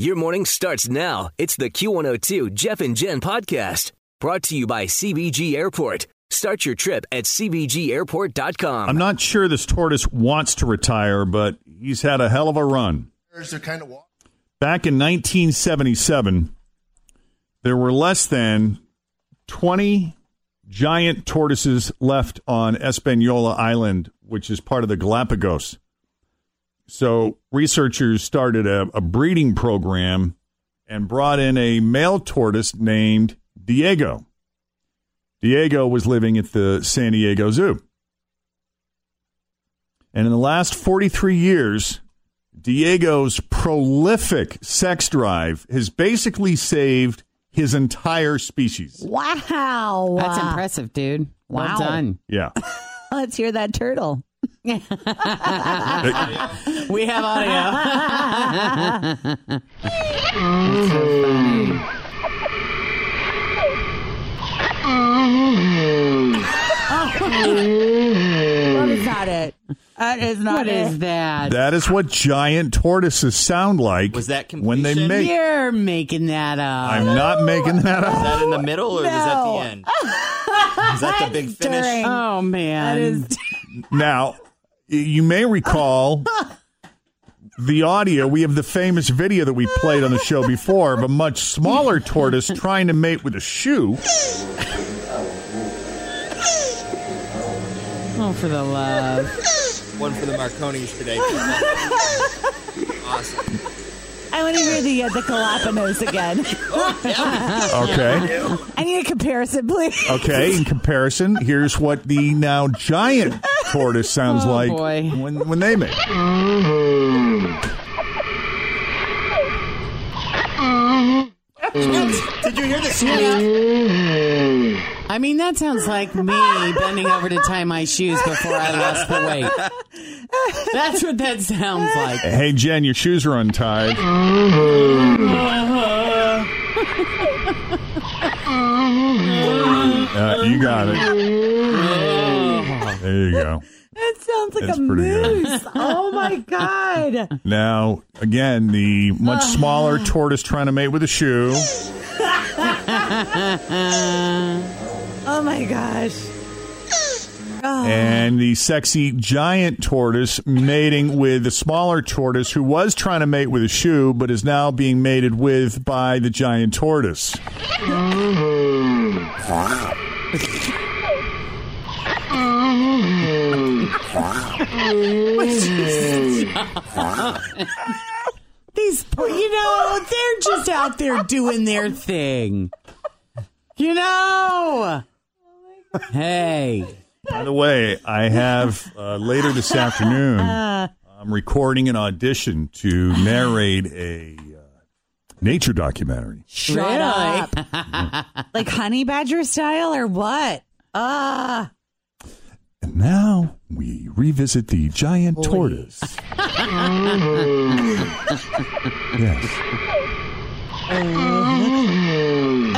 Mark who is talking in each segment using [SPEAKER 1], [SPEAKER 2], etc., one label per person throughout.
[SPEAKER 1] Your morning starts now. It's the Q102 Jeff and Jen podcast brought to you by CBG Airport. Start your trip at CBGAirport.com.
[SPEAKER 2] I'm not sure this tortoise wants to retire, but he's had a hell of a run.
[SPEAKER 3] They're kind of walk.
[SPEAKER 2] Back in 1977, there were less than 20 giant tortoises left on Espanola Island, which is part of the Galapagos. So researchers started a, a breeding program and brought in a male tortoise named Diego. Diego was living at the San Diego Zoo. And in the last 43 years, Diego's prolific sex drive has basically saved his entire species.
[SPEAKER 4] Wow.
[SPEAKER 5] That's impressive, dude. Well
[SPEAKER 4] Wow.
[SPEAKER 5] done.
[SPEAKER 2] Yeah.
[SPEAKER 4] Let's hear that turtle.
[SPEAKER 5] We have audio.
[SPEAKER 4] That is not it. That is not
[SPEAKER 5] what
[SPEAKER 4] it.
[SPEAKER 5] is that?
[SPEAKER 2] That is what giant tortoises sound like
[SPEAKER 6] Was that
[SPEAKER 2] when they
[SPEAKER 6] completion?
[SPEAKER 2] mate.
[SPEAKER 5] You're making that up.
[SPEAKER 2] I'm not making that
[SPEAKER 6] Is
[SPEAKER 2] up.
[SPEAKER 6] that in the middle or is that the end? Is that the big finish?
[SPEAKER 4] during.
[SPEAKER 5] oh man.
[SPEAKER 4] That is
[SPEAKER 2] Now, you may recall the audio. We have the famous video that we played on the show before of a much smaller tortoise trying to mate with a shoe.
[SPEAKER 5] Oh, for the love.
[SPEAKER 6] One for the Marconis today. awesome.
[SPEAKER 4] I want to hear the uh, the Galapagos again.
[SPEAKER 2] Okay.
[SPEAKER 4] I need a comparison, please.
[SPEAKER 2] Okay. In comparison, here's what the now giant tortoise sounds
[SPEAKER 5] Oh,
[SPEAKER 2] like
[SPEAKER 5] boy.
[SPEAKER 2] when when they mate.
[SPEAKER 6] Did you hear the squeak?
[SPEAKER 5] I mean, that sounds like me bending over to tie my shoes before I lost the weight. That's what that sounds like.
[SPEAKER 2] Hey Jen, your shoes are untied. Uh, you got it. There you go.
[SPEAKER 4] That sounds like
[SPEAKER 2] That's
[SPEAKER 4] a
[SPEAKER 2] pretty good.
[SPEAKER 4] moose. Oh my god.
[SPEAKER 2] Now, again, the much smaller tortoise trying to mate with a shoe.
[SPEAKER 4] Oh my gosh.
[SPEAKER 2] and the sexy giant tortoise mating with the smaller tortoise who was trying to mate with a shoe but is now being mated with by the giant tortoise.
[SPEAKER 5] These, poor- you know, they're just out there doing their thing. You know. Hey.
[SPEAKER 2] By the way, I have uh, later this afternoon, I'm recording an audition to narrate a uh, nature documentary.
[SPEAKER 4] Shut up. like honey badger style or what? Ah.
[SPEAKER 2] And now we revisit the giant tortoise. yes.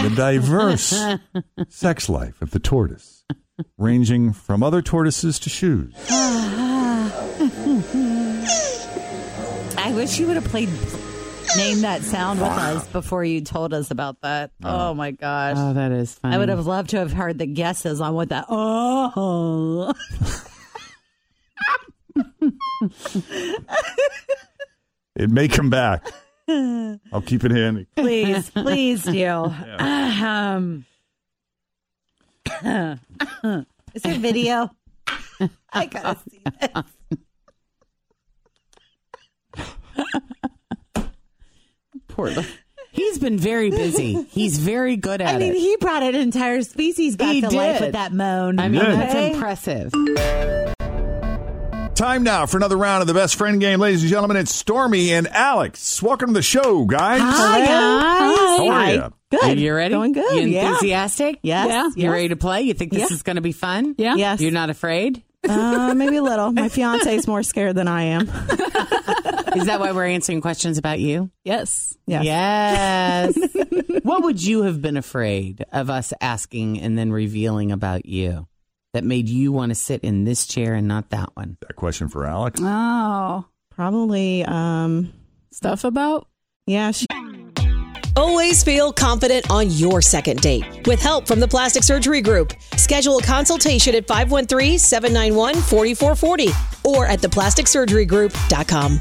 [SPEAKER 2] the diverse sex life of the tortoise, ranging from other tortoises to shoes.
[SPEAKER 4] I wish you would have played Name That Sound with us before you told us about that. Oh my gosh.
[SPEAKER 5] Oh, that is funny.
[SPEAKER 4] I would have loved to have heard the guesses on what that. Oh,
[SPEAKER 2] It may come back. I'll keep it handy.
[SPEAKER 4] please, please do. Um, is there video? I gotta see this.
[SPEAKER 5] Poor. li- He's been very busy. He's very good at
[SPEAKER 4] I mean,
[SPEAKER 5] it.
[SPEAKER 4] he brought an entire species back
[SPEAKER 5] He
[SPEAKER 4] to life
[SPEAKER 5] did.
[SPEAKER 4] with that moan.
[SPEAKER 5] I mean,
[SPEAKER 2] did.
[SPEAKER 5] that's
[SPEAKER 4] Okay?
[SPEAKER 5] impressive.
[SPEAKER 2] Time now for another round of the best friend game, ladies and gentlemen. It's Stormy and Alex. Welcome to the show, guys.
[SPEAKER 5] Oh,
[SPEAKER 4] Hi, guys.
[SPEAKER 2] How are ya?
[SPEAKER 4] Good.
[SPEAKER 5] You ready?
[SPEAKER 4] Going good.
[SPEAKER 5] You
[SPEAKER 4] yeah.
[SPEAKER 5] enthusiastic?
[SPEAKER 4] Yes, Yeah.
[SPEAKER 5] You
[SPEAKER 4] yes.
[SPEAKER 5] ready to play? You think this
[SPEAKER 3] Yeah.
[SPEAKER 5] is going to be fun?
[SPEAKER 3] Yeah.
[SPEAKER 4] Yes.
[SPEAKER 5] You're not afraid?
[SPEAKER 3] Uh, maybe a little. My fiance's more scared than I am.
[SPEAKER 5] Is that why we're answering questions about you?
[SPEAKER 3] Yes. Yes.
[SPEAKER 5] Yes. what would you have been afraid of us asking and then revealing about you that made you want to sit in this chair and not that one?
[SPEAKER 2] That question for Alex.
[SPEAKER 3] Oh. Probably. Um.
[SPEAKER 5] Stuff about?
[SPEAKER 3] Yeah. She,
[SPEAKER 7] Always feel confident on your second date. With help from the Plastic Surgery Group, schedule a consultation at 513-791-4440 or at theplasticsurgerygroup.com.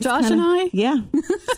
[SPEAKER 3] Josh and I. Yeah.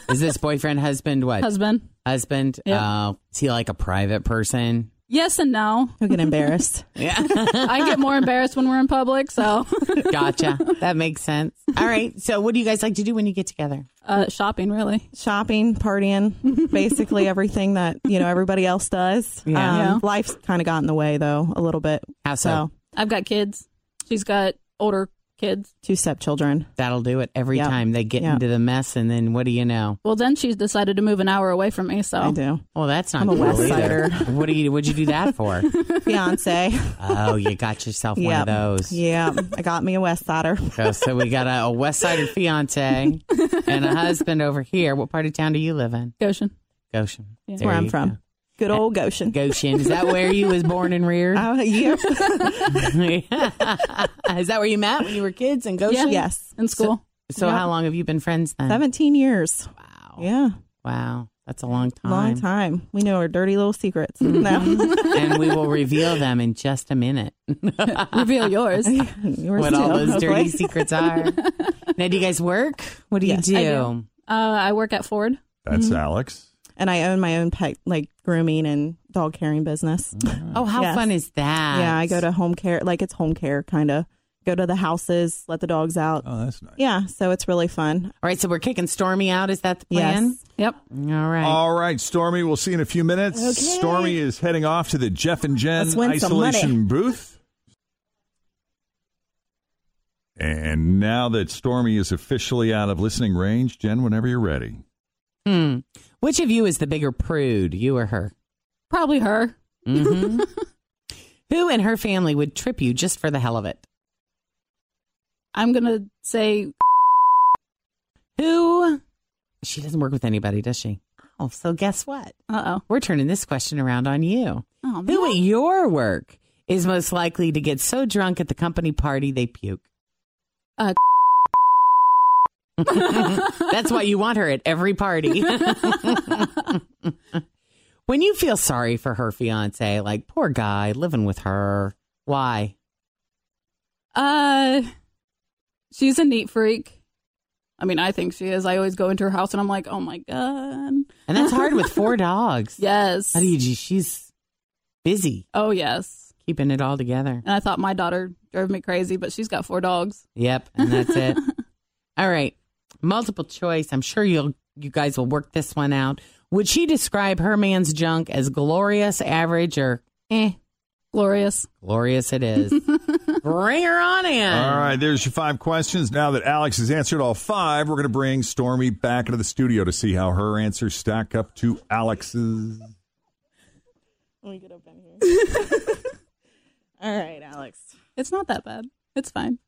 [SPEAKER 5] Is this boyfriend, husband, what?
[SPEAKER 8] husband.
[SPEAKER 5] Husband? Uh, is he like a private person?
[SPEAKER 8] Yes and no.
[SPEAKER 3] Who get embarrassed?
[SPEAKER 8] I get more embarrassed when we're in public, so
[SPEAKER 5] Gotcha. that makes sense. All right. So, what do you guys like to do when you get together?
[SPEAKER 8] uh, shopping really.
[SPEAKER 3] Shopping, partying, basically everything that you know everybody else does.
[SPEAKER 5] Yeah.
[SPEAKER 3] Um,
[SPEAKER 8] Yeah.
[SPEAKER 3] Life's kind of got in the way though a little bit.
[SPEAKER 5] How so?
[SPEAKER 8] I've got kids. She's got older kids.
[SPEAKER 3] two stepchildren.
[SPEAKER 5] That'll do it every
[SPEAKER 3] Yeah.
[SPEAKER 5] time they get
[SPEAKER 3] Yeah.
[SPEAKER 5] into the mess, and then what do you know?
[SPEAKER 8] Well, then she's decided to move an hour away from me, so
[SPEAKER 5] Oh.
[SPEAKER 3] I do.
[SPEAKER 5] Well, that's not
[SPEAKER 3] I'm a
[SPEAKER 5] cool
[SPEAKER 3] West
[SPEAKER 5] either. what do you? What'd you do that for?
[SPEAKER 3] Fiance.
[SPEAKER 5] oh, you got yourself
[SPEAKER 3] yeah.
[SPEAKER 5] one of those.
[SPEAKER 3] Yeah. I got me a West Sider.
[SPEAKER 5] So, so we got a, a West Sider fiance and a husband over here. What part of town do you live in?
[SPEAKER 8] Goshen.
[SPEAKER 5] Goshen. That's
[SPEAKER 3] where I'm from. Good old Goshen.
[SPEAKER 5] Goshen. Is that where you was born and reared?
[SPEAKER 3] Oh, yeah.
[SPEAKER 5] Is that where you met when you were kids in Goshen?
[SPEAKER 3] yes.
[SPEAKER 8] In school.
[SPEAKER 5] So
[SPEAKER 3] Yeah.
[SPEAKER 5] how long have you been friends then?
[SPEAKER 3] 17 years.
[SPEAKER 5] Wow.
[SPEAKER 3] Yeah.
[SPEAKER 5] Wow. That's a long Oh, time. Mm-hmm.
[SPEAKER 3] Long time. We know our dirty little secrets. No.
[SPEAKER 5] and we will reveal them in just a minute.
[SPEAKER 8] Reveal yours.
[SPEAKER 3] Yours
[SPEAKER 5] what all
[SPEAKER 3] too,
[SPEAKER 5] those dirty
[SPEAKER 3] hopefully.
[SPEAKER 5] secrets are. Now, do you guys work? What do
[SPEAKER 3] Yes.
[SPEAKER 5] you do?
[SPEAKER 8] I do. Uh, I work at Ford.
[SPEAKER 2] That's Alex.
[SPEAKER 3] And I own my own pet, like grooming and dog caring business.
[SPEAKER 5] Oh, how
[SPEAKER 3] Yes.
[SPEAKER 5] fun is that?
[SPEAKER 3] Yeah. I go to home care, like it's home care kind of. Go to the houses, let the dogs out.
[SPEAKER 2] Oh, that's nice.
[SPEAKER 3] Yeah. So it's really fun.
[SPEAKER 5] All right, so we're kicking Stormy out. Is that the
[SPEAKER 3] Yes.
[SPEAKER 5] plan?
[SPEAKER 8] Yep.
[SPEAKER 5] All right.
[SPEAKER 2] All right, Stormy. We'll see you in a few minutes.
[SPEAKER 3] Okay.
[SPEAKER 2] Stormy is heading off to the Jeff and Jen
[SPEAKER 3] Let's win some
[SPEAKER 2] isolation
[SPEAKER 3] money.
[SPEAKER 2] booth. And now that Stormy is officially out of listening range, Jen, whenever you're ready.
[SPEAKER 5] Hmm. Which of you is the bigger prude, you or her?
[SPEAKER 8] Probably her.
[SPEAKER 5] hmm Who in her family would trip you just for the hell of it?
[SPEAKER 8] I'm gonna say
[SPEAKER 5] Who? She doesn't work with anybody, does she? Oh, so guess what?
[SPEAKER 8] uh oh.
[SPEAKER 5] We're turning this question around on you.
[SPEAKER 8] Oh
[SPEAKER 5] Who at
[SPEAKER 8] man.
[SPEAKER 5] your work is most likely to get so drunk at the company party they puke?
[SPEAKER 8] Uh,
[SPEAKER 5] That's why you want her at every party. when you feel sorry for her fiance, like poor guy living with her, why?
[SPEAKER 8] Uh she's a neat freak. I mean, I think she is. I always go into her house and I'm like, oh my god.
[SPEAKER 5] And that's hard with four dogs.
[SPEAKER 8] Yes.
[SPEAKER 5] How do you? She's busy
[SPEAKER 8] Oh yes.
[SPEAKER 5] keeping it all together.
[SPEAKER 8] And I thought my daughter drove me crazy, but she's got four dogs.
[SPEAKER 5] Yep, and that's it. All right, multiple choice. I'm sure you'll you guys will work this one out. Would she describe her man's junk as glorious, average, or eh?
[SPEAKER 8] Glorious.
[SPEAKER 5] Glorious it is. Bring her on
[SPEAKER 3] Uh.
[SPEAKER 5] in.
[SPEAKER 2] All right, there's your five questions. Now that Alex has answered all five, we're going to bring Stormy back into the studio to see how her answers stack up to Alex's.
[SPEAKER 3] Let me get up in here. All right, Alex.
[SPEAKER 8] It's not that bad. It's fine.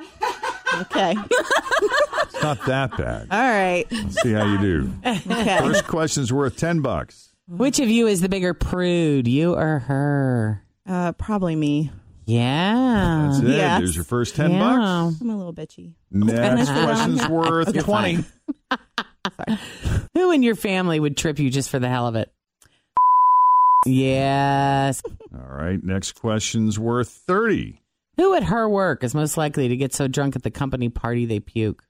[SPEAKER 3] Okay.
[SPEAKER 2] It's not that bad.
[SPEAKER 3] All right.
[SPEAKER 2] Let's see how you do.
[SPEAKER 3] Okay.
[SPEAKER 2] First question's worth 10 bucks.
[SPEAKER 5] Which of you is the bigger prude, you or her?
[SPEAKER 3] Uh, probably me.
[SPEAKER 5] Yeah.
[SPEAKER 2] That's it.
[SPEAKER 3] Yes.
[SPEAKER 2] There's your first 10 bucks.
[SPEAKER 3] I'm a little bitchy.
[SPEAKER 2] Next question's worth
[SPEAKER 5] You're
[SPEAKER 2] 20.
[SPEAKER 5] fine. Who in your family would trip you just for the hell of it? Yes.
[SPEAKER 2] All right. Next question's worth 30.
[SPEAKER 5] Who at her work is most likely to get so drunk at the company party they puke?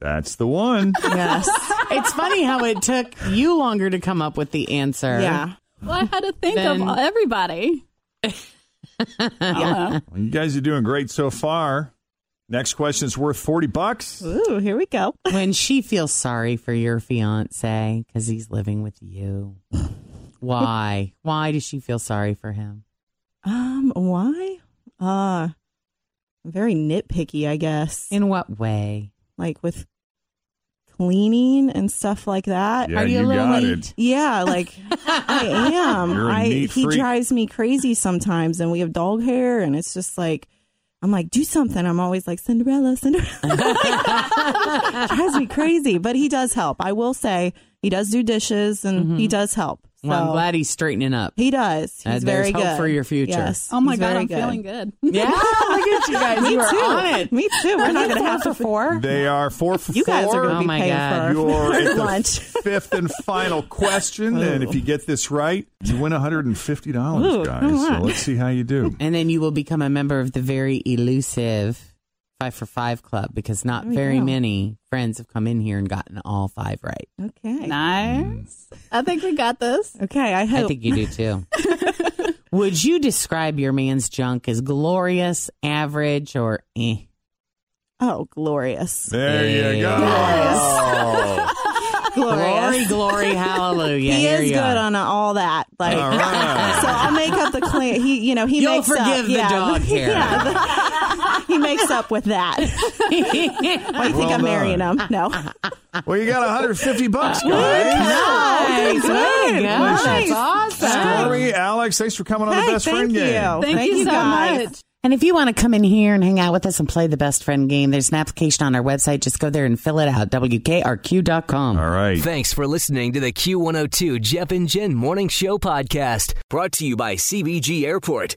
[SPEAKER 2] That's the one.
[SPEAKER 3] Yes.
[SPEAKER 5] it's funny how it took you longer to come up with the answer.
[SPEAKER 8] Yeah. Well, I had to think
[SPEAKER 5] Then-
[SPEAKER 8] of everybody.
[SPEAKER 5] Yeah.
[SPEAKER 2] Well, you guys are doing great so far. Next question's worth 40 bucks.
[SPEAKER 3] Ooh, here we go.
[SPEAKER 5] When she feels sorry for your fiance because he's living with you. Why? Why does she feel sorry for him?
[SPEAKER 3] Um, why? Uh very nitpicky, I guess.
[SPEAKER 5] In what way?
[SPEAKER 3] Like with cleaning and stuff like that.
[SPEAKER 2] Yeah, Are you a you little got neat? it.
[SPEAKER 3] Yeah, like I am.
[SPEAKER 2] You're a
[SPEAKER 3] I
[SPEAKER 2] neat
[SPEAKER 3] he
[SPEAKER 2] freak.
[SPEAKER 3] drives me crazy sometimes and we have dog hair and it's just like I'm like, do something. I'm always like Cinderella, Cinderella. drives me crazy. But he does help. I will say he does do dishes and he does help. So
[SPEAKER 5] Mm-hmm. Well, I'm glad he's straightening up.
[SPEAKER 3] he does. He's
[SPEAKER 5] Uh, there's
[SPEAKER 3] very
[SPEAKER 5] hope
[SPEAKER 3] good
[SPEAKER 5] for your future.
[SPEAKER 3] Yes,
[SPEAKER 8] Oh my
[SPEAKER 3] he's
[SPEAKER 8] god,
[SPEAKER 3] very
[SPEAKER 8] I'm feeling good.
[SPEAKER 5] Yeah, look at you guys.
[SPEAKER 3] Me
[SPEAKER 5] you
[SPEAKER 3] too.
[SPEAKER 5] are on it.
[SPEAKER 3] Me too. We're not
[SPEAKER 5] you
[SPEAKER 3] going to have
[SPEAKER 5] four
[SPEAKER 3] to four.
[SPEAKER 2] They are four for
[SPEAKER 3] You guys are
[SPEAKER 2] four.
[SPEAKER 3] going to
[SPEAKER 5] Oh
[SPEAKER 3] be
[SPEAKER 5] my
[SPEAKER 3] paying
[SPEAKER 5] God.
[SPEAKER 3] for
[SPEAKER 2] You're at the
[SPEAKER 3] lunch.
[SPEAKER 2] fifth and final question. And if you get this right, you win $150,
[SPEAKER 3] Ooh,
[SPEAKER 2] guys.
[SPEAKER 3] come
[SPEAKER 2] So
[SPEAKER 3] on.
[SPEAKER 2] let's see how you do.
[SPEAKER 5] And then you will become a member of the very elusive Five for Five Club because not
[SPEAKER 3] There we
[SPEAKER 5] very
[SPEAKER 3] go.
[SPEAKER 5] many friends have come in here and gotten all five right.
[SPEAKER 3] Okay.
[SPEAKER 8] Nice. I think we got this.
[SPEAKER 3] Okay. I hope.
[SPEAKER 5] I think you do too. Would you describe your man's junk as glorious, average, or eh?
[SPEAKER 3] oh, glorious.
[SPEAKER 2] There you go.
[SPEAKER 5] Glory,
[SPEAKER 3] Glorious.
[SPEAKER 5] glory, hallelujah.
[SPEAKER 3] he
[SPEAKER 5] Here
[SPEAKER 3] is
[SPEAKER 5] you
[SPEAKER 3] good
[SPEAKER 5] are.
[SPEAKER 3] on all that. Like,
[SPEAKER 2] All right.
[SPEAKER 3] so I'll make up the claim. He, you know, he
[SPEAKER 5] You'll
[SPEAKER 3] makes
[SPEAKER 5] forgive
[SPEAKER 3] up.
[SPEAKER 5] the
[SPEAKER 3] yeah,
[SPEAKER 5] dog here.
[SPEAKER 3] yeah, he makes up with that. Why do you think
[SPEAKER 2] Well
[SPEAKER 3] I'm marrying
[SPEAKER 2] done.
[SPEAKER 3] him? No.
[SPEAKER 2] Well, you got 150 bucks, guys.
[SPEAKER 5] Nice. Way to go.
[SPEAKER 3] Oh,
[SPEAKER 5] That's
[SPEAKER 3] Nice.
[SPEAKER 5] awesome.
[SPEAKER 2] Story, Alex, thanks for coming on the
[SPEAKER 3] Hey,
[SPEAKER 2] Best
[SPEAKER 3] thank
[SPEAKER 2] Friend
[SPEAKER 3] you.
[SPEAKER 2] Game.
[SPEAKER 8] Thank,
[SPEAKER 3] Thank
[SPEAKER 8] you,
[SPEAKER 3] you
[SPEAKER 8] so
[SPEAKER 3] guys.
[SPEAKER 8] much.
[SPEAKER 5] And if you want to come in here and hang out with us and play the best friend game, there's an application on our website. Just go there and fill it out. WKRQ.com.
[SPEAKER 2] All right.
[SPEAKER 1] Thanks for listening to the Q102 Jeff and Jen Morning Show podcast, brought to you by CBG Airport.